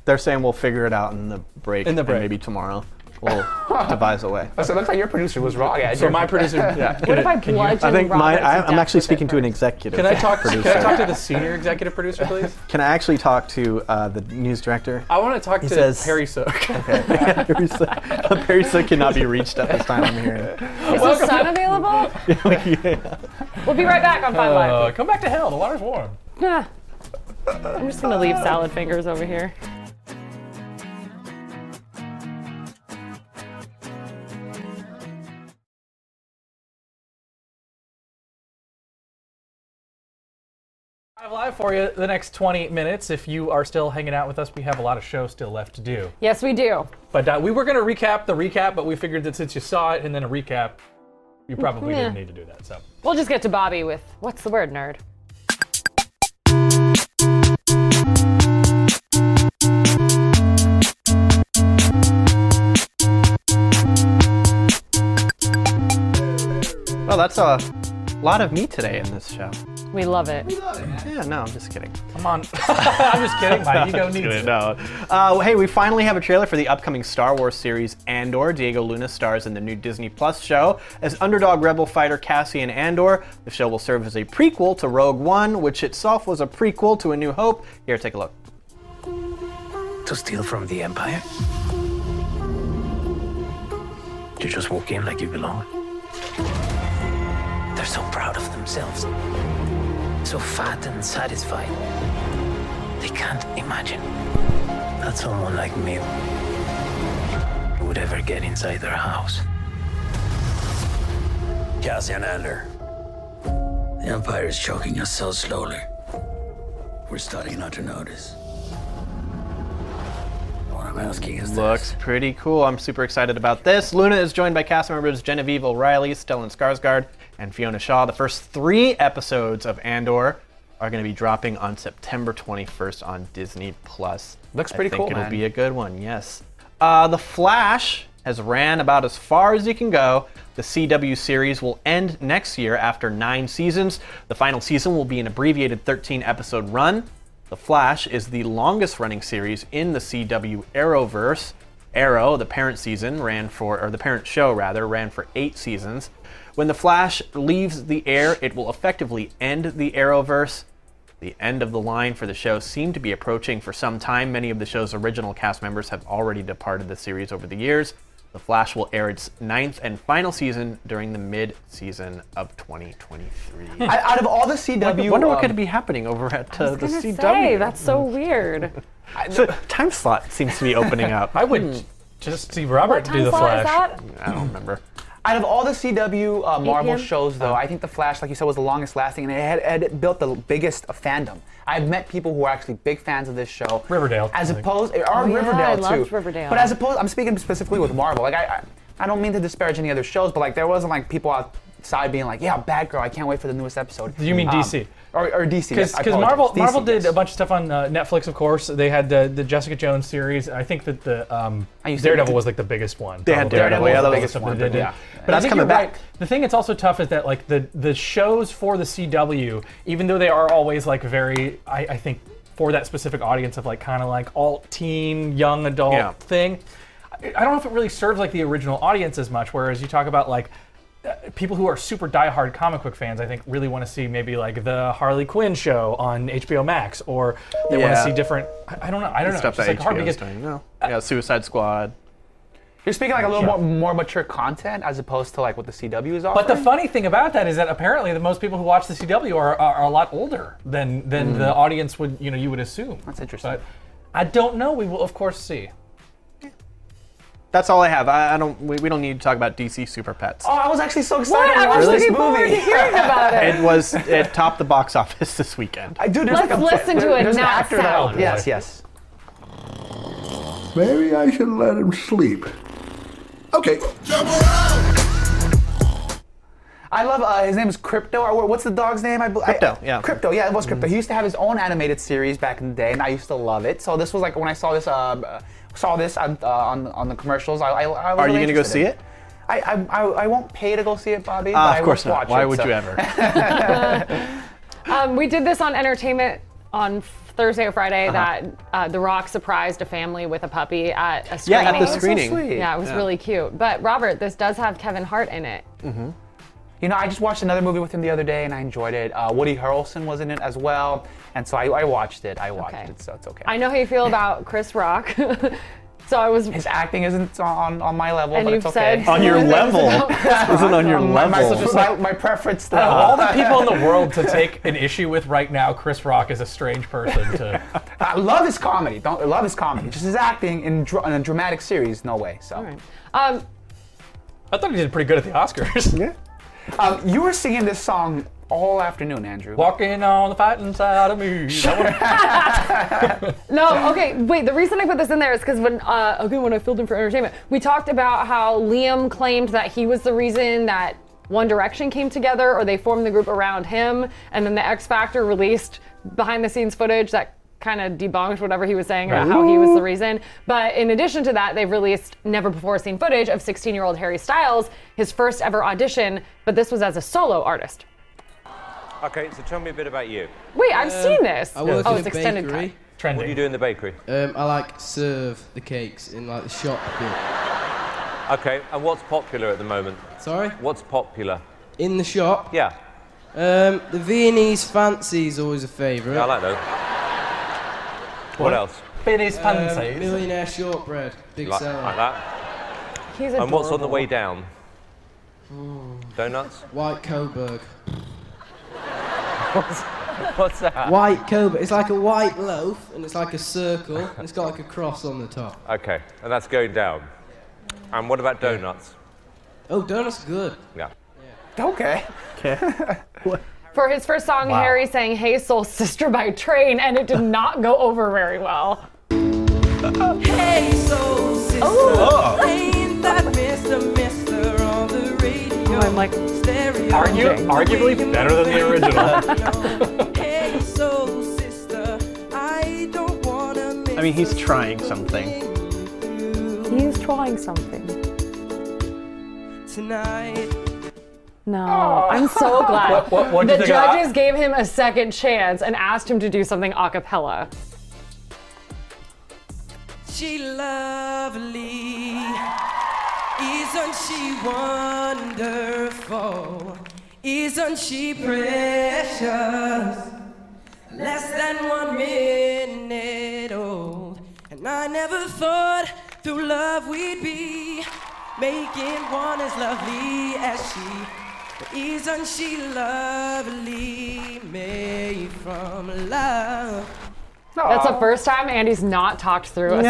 They're saying we'll figure it out in the break. In the and break. maybe tomorrow *laughs* we'll devise a way. So it looks like your producer was wrong. Yeah, So my *laughs* producer. What if I bludgeon I think my Robert I, death I'm actually with it speaking to an first? executive. Can I talk? Producer. Can I talk to the senior executive producer, *laughs* please? Can I actually talk to uh, the *laughs* news director? *laughs* I want to talk to says- Harry Soak. *laughs* Parisa, Parisa cannot be reached at this time. I'm hearing. Is the sun available? *laughs* We'll be right back on Five Uh, Live. come back to hell. The water's warm. Uh, Nah. *laughs* I'm just gonna leave salad fingers over here. Five live for you the next 20 minutes. If you are still hanging out with us, we have a lot of show still left to do. Yes, we do. But uh, we were going to recap the recap, but we figured that since you saw it and then a recap, you probably Yeah. didn't need to do that. So We'll just get to Bobby with what's the word, nerd? Well, that's a lot of me today in this show. We love it. Yeah, no, I'm just kidding. come on. *laughs* I'm just kidding. My *laughs* ego Just needs kidding, it. no. Uh, hey, we finally have a trailer for the upcoming Star Wars series Andor. Diego Luna stars in the new Disney Plus show as underdog rebel fighter Cassian Andor. The show will serve as a prequel to Rogue One, which itself was a prequel to A New Hope. Here, take a look. To steal from the Empire? To just walk in like you belong? They're so proud of themselves. So fat and satisfied. They can't imagine that someone like me would ever get inside their house. Cassian Andor. The Empire is choking us so slowly. We're starting not to notice. What I'm asking is Looks this. pretty cool. I'm super excited about this. Luna is joined by cast members Genevieve O'Reilly, Stellan Skarsgård, and Fiona Shaw. The first three episodes of Andor are going to be dropping on September 21st on Disney Plus. Looks pretty I think cool, It'll man. be a good one. Yes. Uh, the Flash has ran about as far as he can go. The CW series will end next year after nine seasons. The final season will be an abbreviated 13 episode run. The Flash is the longest running series in the CW Arrowverse. Arrow, the parent season, ran for, or the parent show rather, ran for eight seasons. When The Flash leaves the air, it will effectively end the Arrowverse. The end of the line for the show seemed to be approaching for some time. Many of the show's original cast members have already departed the series over the years. The Flash will air its ninth and final season during the mid season of 2023. I- out of all the CW, I wonder what um, could be happening over at uh, the I was gonna CW. say, that's so weird. So, time slot seems to be opening up. I *laughs* I, would just see Robert Hmm. What time do the slot Flash. is that? I don't remember. Out of all the CW uh, Marvel 8 p.m.? shows, though, I think The Flash, like you said, was the longest lasting, and it had, had it built the biggest of fandom. I've met people who are actually big fans of this show. Riverdale, As I think. opposed, or Riverdale Oh, I too. loved Riverdale. But as opposed, I'm speaking specifically with Marvel. Like I, I, I don't mean to disparage any other shows, but like there wasn't like people outside being like, yeah, Batgirl, I can't wait for the newest episode. You mean Um, DC? or, or DC? yes, I because apologize. Marvel DC, Marvel did a yes. bunch of stuff on uh, Netflix, of course. They had the, the Jessica Jones series. I think that the um, I used to- Daredevil was like the biggest one. They had probably. Daredevil, yeah, was that the was biggest the one. one that that- they did. yeah. But That's I think you're coming right. back. The thing that's also tough is that like the the shows for the CW, even though they are always like very, I, I think for that specific audience of like kind of like alt teen, young adult Yeah. thing. I I don't know if it really serves like the original audience as much. Whereas you talk about like uh, people who are super diehard comic book fans, I think, really want to see maybe like the Harley Quinn show on HBO Max, or they want to Yeah. see different. I, I don't know. I don't know. Stuff It's just, that like hard HBO because is doing. No. Yeah, Suicide Squad. You're speaking like a little more, more mature content as opposed to like what the CW is offering. But the funny thing about that is that apparently the most people who watch the CW are, are, are a lot older than than the audience would you know you would assume. That's interesting. But I don't know. We will of course see. That's all I have. I, I don't. We, we don't need to talk about DC Super Pets. Oh, I was actually so What? excited to I watch was this looking forward to movie. hearing about *laughs* it. It was it topped the box office this weekend. I do. There's Let's like a, listen to it, there's an not actor that- sound. Yes, yes. Maybe I should let him sleep. Okay. I love uh, his name is Crypto. Or wha- what's the dog's name? I, bel- I- Crypto, yeah. Mm-hmm. Crypto. Yeah, it was Crypto. He used to have his own animated series back in the day, and I used to love it. So this was like when I saw this. um, Uh, saw this on, uh, on on the commercials. I, I, I was Are you really gonna go interested see in it? I, I, I, I won't pay to go see it, Bobby. Ah, but I of will course not. watch Why it, would so- you ever? Um, we did this on entertainment on f- Thursday or Friday Uh-huh. that uh, The Rock surprised a family with a puppy at a yeah, screening. at the so screening. sweet. Yeah, it was really cute. But Robert, this does have Kevin Hart in it. You know, I just watched another movie with him the other day, and I enjoyed it. Uh, Woody Harrelson was in it as well, and so I, I watched it. I watched Okay. it, so it's okay. I know how you feel about Chris Rock. *laughs* so I was. His acting isn't on, on my level, And but you've it's okay. said On *laughs* your level. *laughs* Isn't on your my, my, level. my, my preference, though. Of all the people in the world to take an issue with right now, Chris Rock is a strange person to. I love his comedy. Don't I love his comedy. Just his acting in, dra- in a dramatic series, no way. So, Um, I thought he did pretty good at the Oscars. um, you were singing this song all afternoon, Andrew. Walking on the fighting side of me. That one- No, okay. Wait, the reason I put this in there is because when uh, okay, when I filled in for entertainment, we talked about how Liam claimed that he was the reason that One Direction came together, or they formed the group around him, and then the X Factor released behind-the-scenes footage that kind of debunked whatever he was saying about how he was the reason. But in addition to that, they've released never-before-seen footage of 16-year-old Harry Styles, his first ever audition, but this was as a solo artist. Okay, so tell me a bit about you. Wait, I've seen this. I work oh, in it's a extended cut. bakery. Trending. What do you do in the bakery? Um, I like serve the cakes in like the shop bit. Okay, and what's popular at the moment? Sorry, What's popular? in the shop. Yeah, Um, the Viennese fancy is always a favourite. I like those. What else? Finish Um, fancies. millionaire shortbread, big You Like, seller. like that. He's And what's on the adorable. way down? Donuts? White Coburg. What's that? White Coburg. It's like a white loaf, and it's like a circle, and it's got like a cross on the top. Okay, and that's going down. And what about donuts? Oh, donuts good. Yeah. Okay. For his first song, Harry sang Hey Soul Sister by Train, and *laughs* it did not go over very well. Hey, soul sister, Oh. ain't that Mr. Mister on the radio? I'm like, Stereo. Argu- arguably better than the original. Hey, soul sister, I don't wanna miss I mean, he's a trying single something. thing he's trying something. Tonight. No, I'm *laughs* so glad. What- what- what'd you the think of that? judges gave him a second chance and asked him to do something a cappella. She lovely, isn't she wonderful? Isn't she precious? Less than one minute old, and I never thought through love we'd be making one as lovely as she. But isn't she lovely, made from love? That's the first time Andy's not talked through a song. so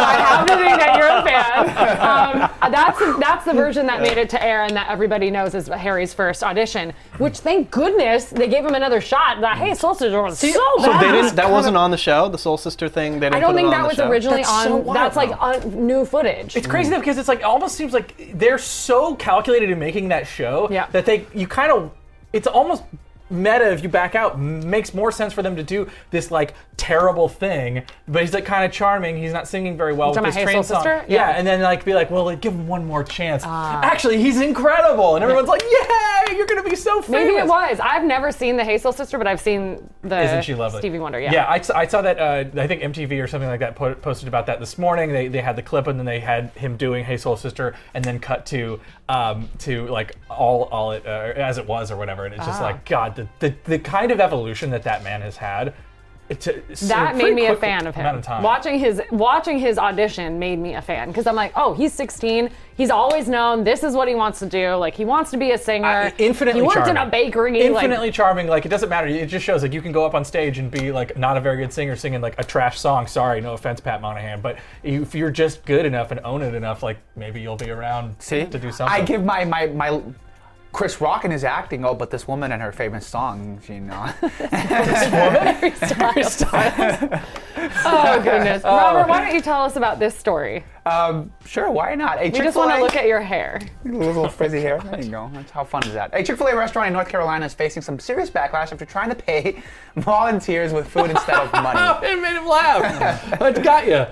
I have to think that you're a *laughs* fan. Um, that's, that's the version that made it to air and that everybody knows is Harry's first audition, which thank goodness they gave him another shot. That, hey, Solstice was so bad. So they didn't. That wasn't on the show. The Soul Sister thing. They didn't. I don't put it think on that the was show? originally That's on. so wild, that's like though. on new footage. It's crazy though because it's like almost seems like they're so calculated in making that show that they you kind of it's almost meta if you back out m- makes more sense for them to do this like terrible thing but he's like kind of charming he's not singing very well You with talking his about Hey Soul train song Sister? Yeah. Yeah. and then like be like well like, give him one more chance Ah. actually he's incredible and everyone's like yeah you're gonna be so famous Maybe it was. I've never seen the Hazel sister, but I've seen the Isn't she lovely? Stevie Wonder. Yeah. Yeah, I, s- I saw that. Uh, I think MTV or something like that po- posted about that this morning. They, they had the clip and then they had him doing "Hey Soul Sister" and then cut to um, to like all all it uh, as it was or whatever. And it's just Ah. like God, the, the the kind of evolution that that man has had. It's a, it's that a made me a quick fan of him. Amount of time. Watching his watching his audition made me a fan because I'm like, oh, he's 16. He's always known this is what he wants to do. Like he wants to be a singer. Infinitely He Uh, worked in charming. a bakery. *laughs* Infinitely Like, charming. Like it doesn't matter. It just shows like you can go up on stage and be like not a very good singer singing like a trash song. Sorry, no offense, Pat Monahan, but you- if you're just good enough and own it enough, like maybe you'll be around to do something. I *laughs* give my my my Chris Rock and his acting. Oh, but this woman and her famous song, she know. *laughs* *laughs* oh goodness, Oh. Robert, why don't you tell us about this story? Um, sure, why not? we just want to Chick-fil-A- look at your hair. little frizzy hair. There you go. That's how fun is that? A Chick-fil-A restaurant in North Carolina is facing some serious backlash after trying to pay *laughs* volunteers with food instead of money. Oh, it made *laughs* him laugh. That got you.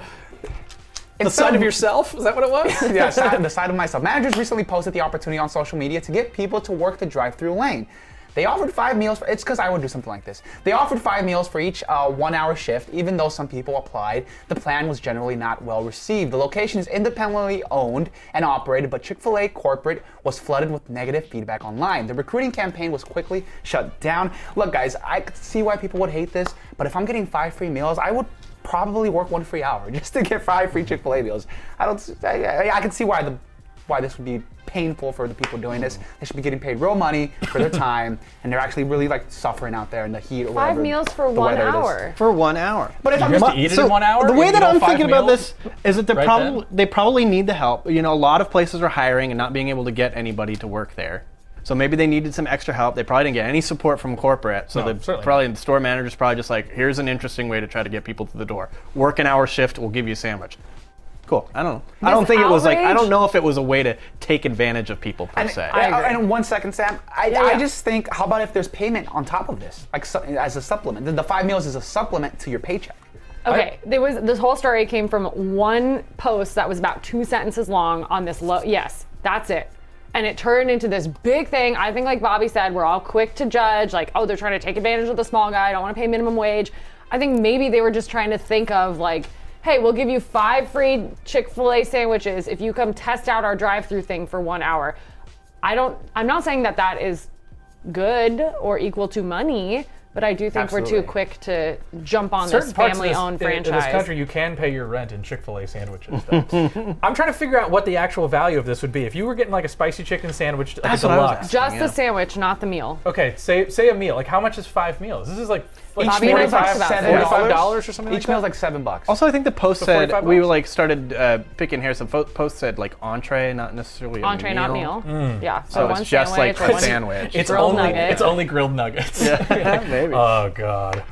the side of yourself? Is that what *laughs* it was? *laughs* *laughs* yeah, side, the side of myself. Managers recently posted the opportunity on social media to get people to work the drive-through lane. They offered five meals. For, it's because I would do something like this. They offered five meals for each uh, one-hour shift. Even though some people applied, the plan was generally not well received. The location is independently owned and operated, but Chick-fil-A corporate was flooded with negative feedback online. The recruiting campaign was quickly shut down. Look, guys, I could see why people would hate this, but if I'm getting five free meals, I would probably work one free hour *laughs* just to get five free Chick-fil-A meals. I don't. s- I, I- I can see why the why this would be painful for the people doing this. They should be getting paid real money for their time, and they're actually really like suffering out there in the heat or whatever. Five meals for the one weather it is. hour. For one hour. But if You I'm have just- to eat it so in one hour The way and that eat all I'm five thinking about meals this is that they're right probably they probably need the help. You know, a lot of places are hiring and not being able to get anybody to work there. So maybe they needed some extra help. They probably didn't get any support from corporate. So No, the certainly probably the store manager's probably just like, here's an interesting way to try to get people to the door. Work an hour shift, we'll give you a sandwich. Cool. I don't know. I This don't think it was like I outrage- don't know if it was a way to take advantage of people per And, se. and- and one second, Sam. I, Yeah, I yeah. just think, how about if there's payment on top of this, like so, as a supplement? The, the five meals is a supplement to your paycheck. Okay, there was this whole story came from one post that was about two sentences long on this low. Yes, that's it. And it turned into this big thing. I think, like Bobby said, we're all quick to judge, like, oh, they're trying to take advantage of the small guy. I don't want to pay minimum wage. I think maybe they were just trying to think of, like, hey, we'll give you five free Chick fil A sandwiches if you come test out our drive through thing for one hour. I don't, I'm not saying that that is good or equal to money, but I do think we're Absolutely. too quick to jump on Certain this parts of this- family-owned in- franchise. In this country, you can pay your rent in Chick-fil-A sandwiches. though. *laughs* I'm trying to figure out what the actual value of this would be. If you were getting like a spicy chicken sandwich, like That's a what I was deluxe. asking, Just the yeah. sandwich, not the meal. Okay, say say a meal. Like how much is five meals? This is like like Bobby and I talked about $45 this. dollars or something Each like meal's that. like seven bucks. Also, I think the post So said 45 we like started uh, picking hairs. Some fo- posts said like entree, not necessarily a Entree, not meal. Mm. Yeah, so Oh, So, one it's just sandwich like or a one sandwich. It's Grilled only nugget. it's only grilled nuggets. Yeah, maybe. Oh god.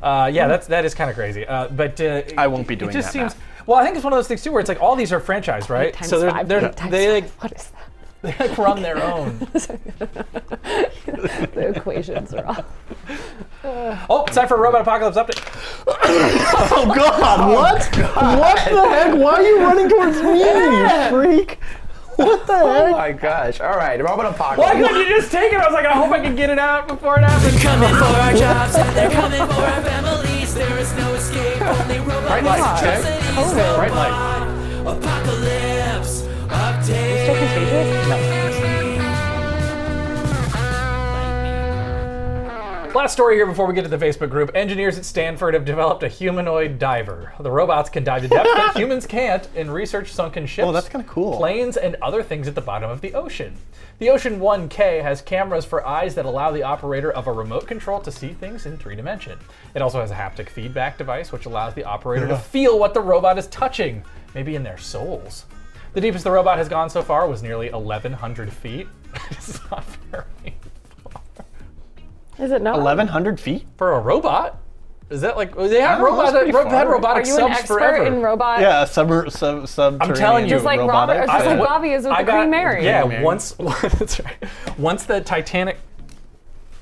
Uh, yeah, that's that is kind of crazy. Uh, but uh, I won't be it doing just that, seems. Well, I think it's one of those things too, where it's like all these are franchised, *laughs* right? Times so they're, five, they're times they five. like *laughs* what is that? they like *laughs* run their own. the equations are off. Oh, it's time for a robot apocalypse update. oh *laughs* Oh God! What? What the heck? Why are you running towards me, you freak? What the heck? Oh my gosh. All right, Robin Apocalypse. Why couldn't you just take it? I was like, I hope I can get it out before it happens. Coming for our jobs and they're coming for our families. There is no escape. Only robot Bright lights, check. robot. Bright lights. Apocalypse update. Still contagious? Last story here before we get to the Facebook group. Engineers at Stanford have developed a humanoid diver. The robots can dive to depths *laughs* that humans can't, and research sunken ships, Oh, that's kinda cool. planes, and other things at the bottom of the ocean. The Ocean 1K has cameras for eyes that allow the operator of a remote control to see things in three dimension. It also has a haptic feedback device which allows the operator to Yeah. feel what the robot is touching, maybe in their souls. The deepest the robot has gone so far was nearly 1,100 feet. *laughs* it's not very Is it not? 1,100 feet? for a robot. Is that like they have I don't know, robot, that's pretty ro- far. had robotic Are you an subs expert forever. in robot? Yeah, sub, sub, sub. I'm telling you, Just like Robert- robotics. just like Bobby is with I the Queen Mary. Yeah, Queen Mary. once *laughs* that's right. Once the Titanic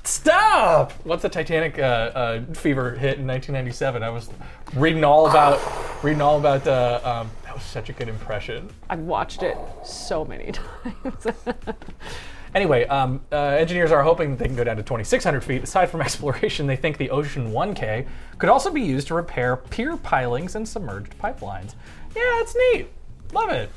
stop. Once the Titanic uh, uh, fever hit in 1997, I was reading all about reading all about. Uh, um, that was such a good impression. I've watched it so many *laughs* *laughs* times. Anyway, um, uh, engineers are hoping that they can go down to 2,600 feet. Aside from *laughs* exploration, they think the Ocean 1K could also be used to repair pier pilings and submerged pipelines. Yeah, it's neat. Love it.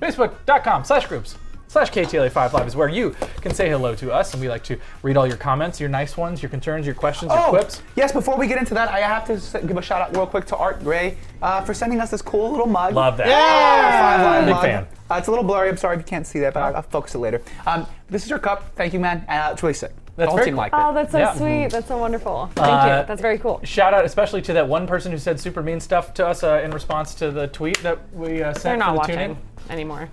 Facebook.com slash groups slash KTLA5 Live is where you can say hello to us, and we like to read all your comments, your nice ones, your concerns, your questions, your Oh, quips. yes, before we get into that, I have to s- give a shout out real quick to Art Gray uh, for sending us this cool little mug. Love that. Yeah! Five Live Big mug. fan. Uh, it's a little blurry. I'm sorry if you can't see that, but I'll, I'll focus it later. Um, this is your cup. Thank you, man. Uh, it's really sick. That's the whole very team cool. liked it. oh, that's so Yeah. sweet. That's so wonderful. Thank Uh, you. That's very cool. Shout out especially to that one person who said super mean stuff to us uh, in response to the tweet that we uh, sent They're for not the watching tune-in. anymore.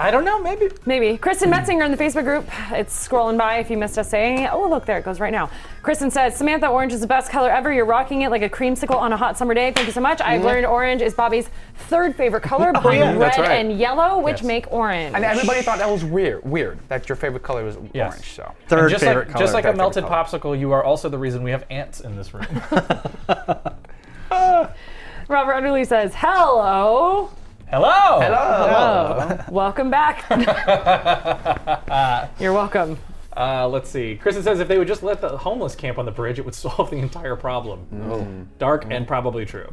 I don't know, maybe. Maybe. Kristen Metzinger in the Facebook group. It's scrolling by if you missed us saying it. Oh, look, there it goes right now. Kristen says, Samantha, orange is the best color ever. You're rocking it like a creamsicle on a hot summer day. Thank you so much. I've learned orange is Bobby's third favorite color behind red Mm-hmm. Oh, yeah, that's right. and yellow, which Yes. make orange. And everybody thought that was weird. Weird that your favorite color was Yes. orange. So And Third just favorite like, color. Just like a Third melted favorite popsicle, you are also the reason we have ants in this *laughs* room. Robert Underly says, hello. Hello. Hello. Welcome *laughs* back. You're welcome. Uh, let's see. Kristen says if they would just let the homeless camp on the bridge, it would *laughs* solve the entire problem. Mm-hmm. Dark and probably true.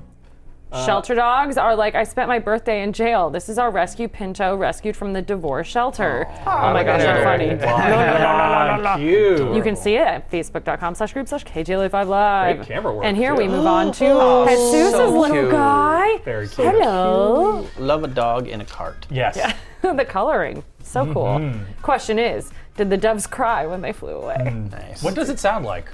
Uh-huh. Shelter dogs are like, I spent my birthday in jail. This is our rescue pinto rescued from the divorce shelter. Oh my gosh, how funny. *laughs* Cute. You can see it at facebook.com slash group slash KJLA5 Live. Great camera work, And here too. we move on to Oh, Jesus' so little cute. guy. Very cute. Hello. *laughs* Love a dog in a cart. Yes. the coloring. So Mm-hmm. cool. Question is, did the doves cry when they flew away? Mm. What does it sound like?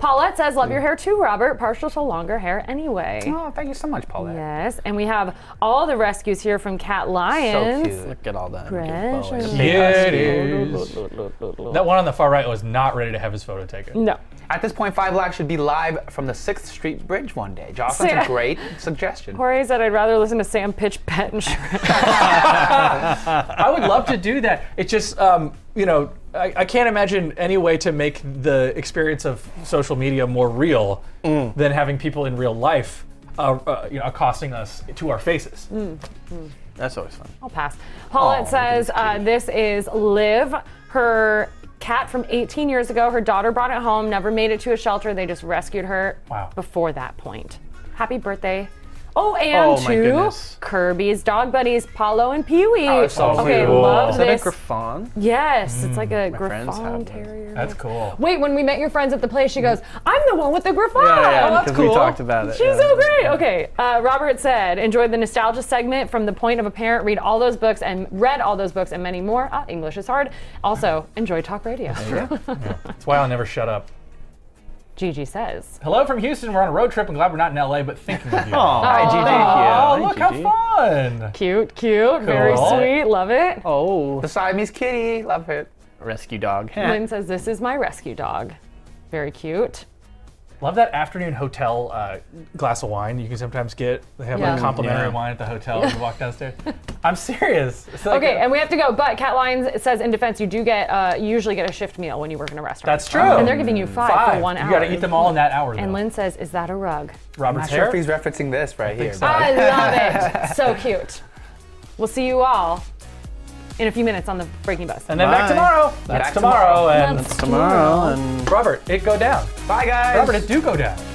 Paulette says, love your Mm. hair too, Robert. Partial to longer hair anyway. Oh, thank you so much, Paulette. Yes. And we have all the rescues here from Cat Lions. Look at all that. Precious. Yeah, it is. That one on the far right was not ready to have his photo taken. No. At this point, Five Live should be live from the Sixth Street Bridge one day. Josh, that's Yeah. a great suggestion. Corey said, I'd rather listen to Sam pitch pet insurance. I would love to do that. It's just, um, you know, I, I can't imagine any way to make the experience of social media more real Mm. than having people in real life, uh, uh, you know, accosting us to our faces. Mm-hmm. That's always fun. I'll pass. Oh, Paulette says uh, this is Liv, her cat from 18 years ago. Her daughter brought it home, never made it to a shelter. They just rescued her Wow. before that point. Happy birthday. Oh, and Oh, to my goodness. Kirby's dog buddies, Paolo and Pee Wee. Oh, that's so okay, cool. love Is that this. a Griffon? yes, it's like a friends have Griffon those. terrier. That's cool. Wait, when we met your friends at the place, she Mm-hmm. goes, I'm the one with the Griffon. because we talked about it. She's yeah. so great. Okay, uh, Robert said, enjoyed the nostalgia segment from the point of a parent. Read all those books and read all those books and many more. Ah, English is hard. Also, enjoy talk radio. *laughs* That's why I'll never shut up. Gigi says, Hello from Houston. We're on a road trip and glad we're not in LA, but *laughs* thinking of you. Aw, hi, Gigi. Oh, Hi, look how Gigi. fun! cute, cute, very Cool. sweet, love it. Oh, The Siamese kitty, love it. rescue dog. Lynn says, this is my rescue dog. Very cute. Love that afternoon hotel uh, glass of wine you can sometimes get. They have Yeah. like complimentary Yeah. wine at the *laughs* hotel when you walk downstairs. I'm serious. It's like Okay, a- and we have to go. But Cat Lyons says, in defense, you do get uh, you usually get a shift meal when you work in a restaurant. That's true. And they're giving you five, five. for one hour. You gotta eat them all in that hour. And though. Lynn says, is that a rug? Robert's Not sure hair. if he's referencing this right here. so. but- I love it. So cute. We'll see you all in a few minutes on the breaking bus. And then back tomorrow. That's Back tomorrow. tomorrow. And That's That's tomorrow, And Robert, it go down. Bye guys. Robert, it do go down.